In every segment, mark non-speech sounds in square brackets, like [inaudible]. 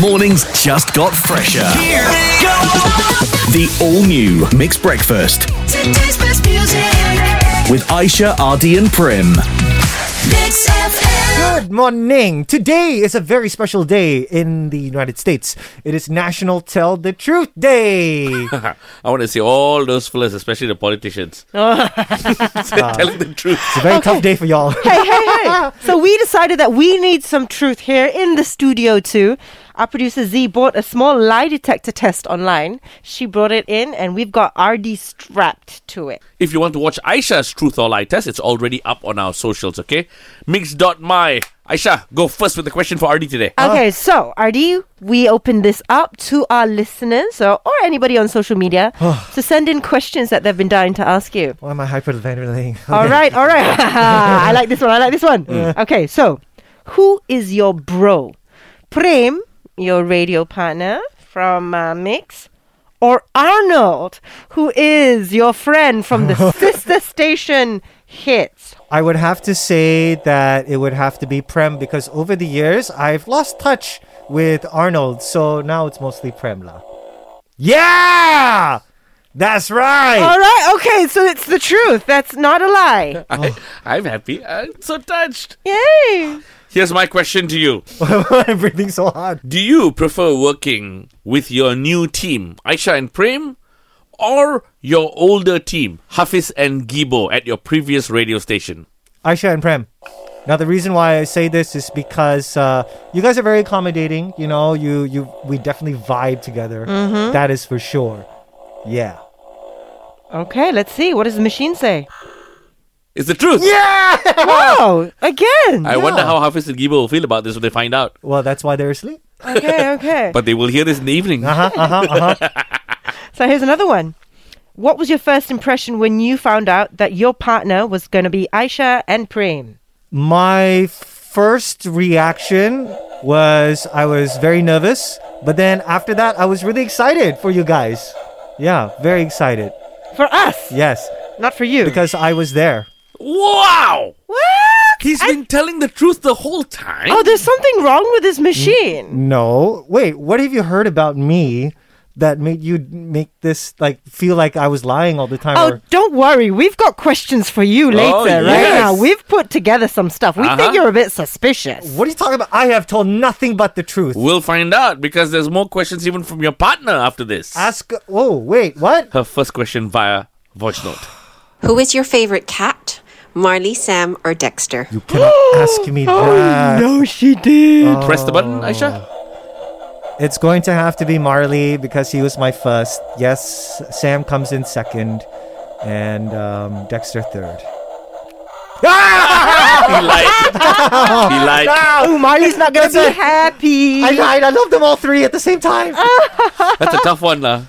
Mornings just got fresher. The all new Mixed Breakfast Today's best music. with Aisha, Ardy, and Prim. Mix FM. Good morning. Today is a very special day in the United States. It is National Tell the Truth Day. I want to see all those fellas, especially the politicians, [laughs] telling the truth. Very tough day for y'all. hey, hey, hey. So we decided that we need some truth here in the studio too. Our producer Z bought a small lie detector test online. She brought it in and we've got RD strapped to it. If you want to watch Aisha's Truth or Lie test, it's already up on our socials, okay? Mix.my. Aisha, go first with the question for RD today. Okay, so RD, we open this up to our listeners or, or anybody on social media to send in questions that they've been dying to ask you. [laughs] Why am I hyperventilating? All right, [laughs] all right. [laughs] I like this one. I like this one. Mm. Mm. Okay, so who is your bro? Prem, your radio partner from uh, Mix, or Arnold, who is your friend [laughs] from the sister station Hits? I would have to say that it would have to be Prem because over the years I've lost touch with Arnold, so now it's mostly Premla. Yeah! That's right! All right, okay, so it's the truth. That's not [laughs] a lie. I, I'm happy. I'm so touched. Yay! Here's my question to you [laughs] Why am I breathing so hard? Do you prefer working with your new team, Aisha and Prem, or your older team, Hafiz and Gibo, at your previous radio station? Aisha and Prem. Now the reason why I say this is because uh, you guys are very accommodating. You know, you you we definitely vibe together. That is for sure. Yeah. Okay, let's see. What does the [laughs] machine say? It's the truth. Yeah. Wow, again. I wonder how Hafiz and Gibo will feel about this when they find out. Well, that's why they're asleep. Okay, okay. [laughs] But they will hear this in the evening. Uh huh. Uh huh. Uh huh. So here's another one. What was your first impression when you found out that your partner was going to be Aisha and Prem? My first reaction was I was very nervous, but then after that I was really excited for you guys. Yeah, very excited. For us, Yes, not for you. because I was there. Wow! what? He's been telling the truth the whole time. Oh, there's something wrong with this Mm, machine. No. Wait, what have you heard about me that made you make this like feel like I was lying all the time? Oh, or- don't worry. We've got questions for you later, right? Oh, yes. Now, we've put together some stuff. We Uh-huh. think you're a bit suspicious. what are you talking about? I have told nothing but the truth. We'll find out because there's more questions even from your partner after this. Ask Oh, wait, what? her first question via voice note. Who is your favorite cat? Marley, Sam, or Dexter? You [gasps] cannot ask me Uh, that. no, she did. Press the Oh. button, Aisha. It's going to have to be Marley because he was my first. Yes, Sam comes in second, and um, Dexter third. Ah! he lied. he lied. Oh, Marley's not going to That's be happy. I lied. I love them all three at the same time. That's a tough one, lah.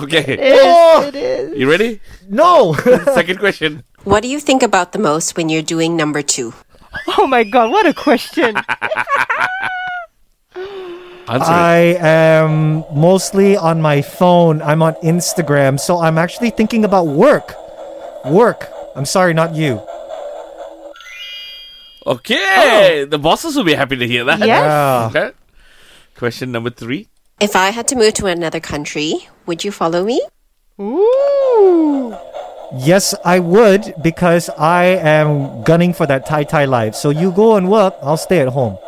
Okay, Oh, you ready? no. Second question. What do you think about the most when you're doing number two? Oh, my God. What a [laughs] question. [laughs] Answer it. I am mostly on my phone. I'm on Instagram, so I'm actually thinking about work. Work. I'm sorry, not you. Okay, Oh. the bosses will be happy to hear that. yes. Uh, Okay. Question number three. If I had to move to another country, would you follow me? Ooh. yes, I would because I am gunning for that Thai Thai life. So you go and work. I'll stay at home. [laughs]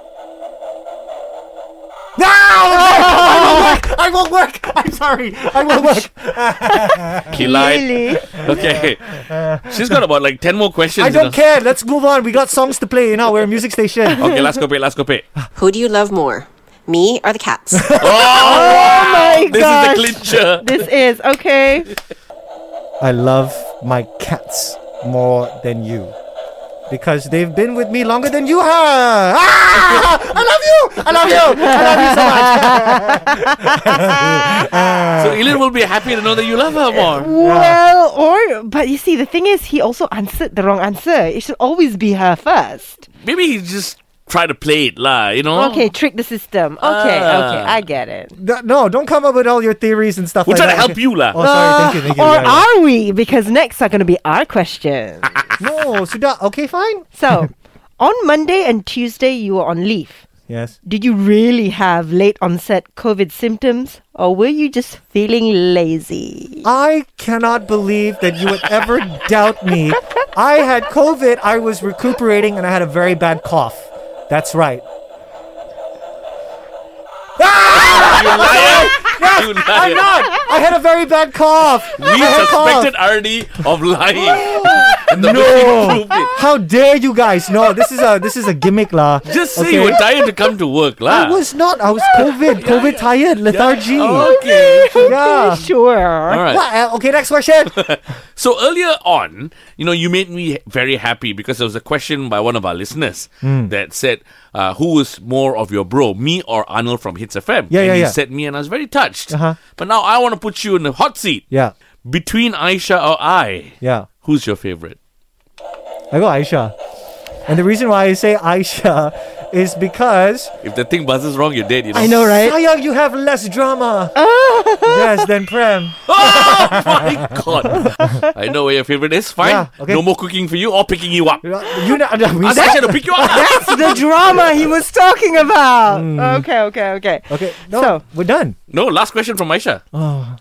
No! I won't work. I won't work. I'm sorry. I won't work. He lied. Really? [laughs] Okay. She's got about like 10 more questions. I you know. don't care. Let's move on. We got songs to play. You know, we're a music station. Okay, let's go pay, let's go pay. Who do you love more? Me or the cats? Oh, my This gosh. is the clincher. This is okay. [laughs] I love my cats more than you. Because they've been with me longer than you have. Ah! I love you. I love you. I love you so much. So Elin will be happy to know that you love her more. Well, or but you see, the thing is, he also answered the wrong answer. It should always be her first. Maybe he just try to play it, lah. You know. Okay, trick the system. Okay, okay, Oh. Ah. I get it. No, [laughs] No, don't come up with all your theories and stuff We're like trying to that. help you, lah. Oh, sorry. Thank you. Thank you. Or Yeah, yeah. are we? Because next are going to be our questions. No, Suda. Okay, fine. [laughs] so, on Monday and Tuesday, you were on leave. Yes. Did you really have late onset COVID symptoms, or were you just feeling lazy? I cannot believe that you would ever doubt me. I had COVID, I was recuperating, and I had a very bad cough. That's right. You [laughs] liar! you I'm liar! not! I had a very bad cough! I We had a cough. suspected Arnie of lying. and the [laughs] machine No! proved it. How dare you guys? No, this is a this is a gimmick la. Just say you were tired to come to work, lah. I was not. I was COVID. COVID tired. Lethargy. Oh, Okay. Yeah. Sure. All right. What? Uh, Okay, next question. [laughs] So earlier on, you know, you made me very happy because there was a question by one of our listeners Hmm. that said, uh, "Who was more of your bro, me or Arnold from Hits FM?" Yeah, and yeah, you yeah. said me, and I was very touched. Uh-huh. But now I want to put you in the hot seat. yeah. Between Aisha or I, Yeah. who's your favorite? I go Aisha. And the reason why I say Aisha is because If the thing buzzes wrong, you're dead. You know. I know, right? Sayang, you have less [laughs] drama. yes, than Prem. Oh [laughs] my god! I know where your favorite is. Fine. Yeah, okay. No more cooking for you or picking you up. Ah, You know, [laughs] we Ask Aisha to pick you up. That's the drama he was talking about. Okay, okay, okay. Okay, no, So- we're done. No, last question from Aisha.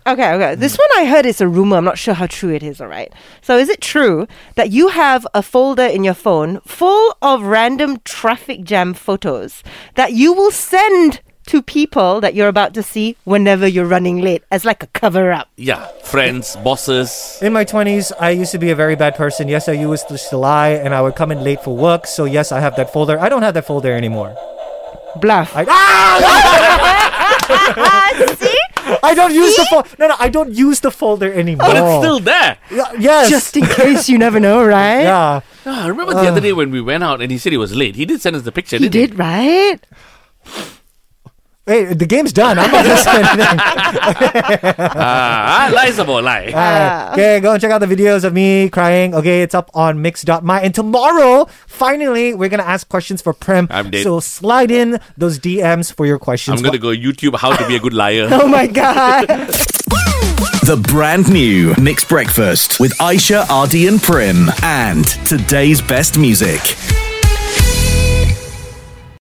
Okay, okay. This Hmm. one I heard is a rumor. I'm not sure how true it is, all right? So, is it true that you have a folder in your phone full of random traffic jam photos that you will send to people that you're about to see whenever you're running late as like a cover up? Yeah, friends, bosses. In my 20s, I used to be a very bad person. Yes, I used to lie and I would come in late for work. So, yes, I have that folder. I don't have that folder anymore. Bluff. I, Ah, [laughs] ah! [laughs] I don't use the folder. No, no, I don't use the folder anymore. But it's still there. Yeah, yes. Just in case you never know, right? yeah. Ah, I remember the other day when we went out and he said he was late. He did send us the picture, You didn't did, right? Hey, the game's done. I'm not gonna say anything. Ah, ah, lies about lie. Ah, okay, go and check out the videos of me crying. Okay, it's up on mix.my. And tomorrow, finally, we're going to ask questions for Prem. I'm dead. So slide in those DMs for your questions. I'm going to go YouTube how to be a good liar. Oh [laughs] my God. The brand new Mixed Breakfast with Aisha, Ardy, and Prim. And today's best music.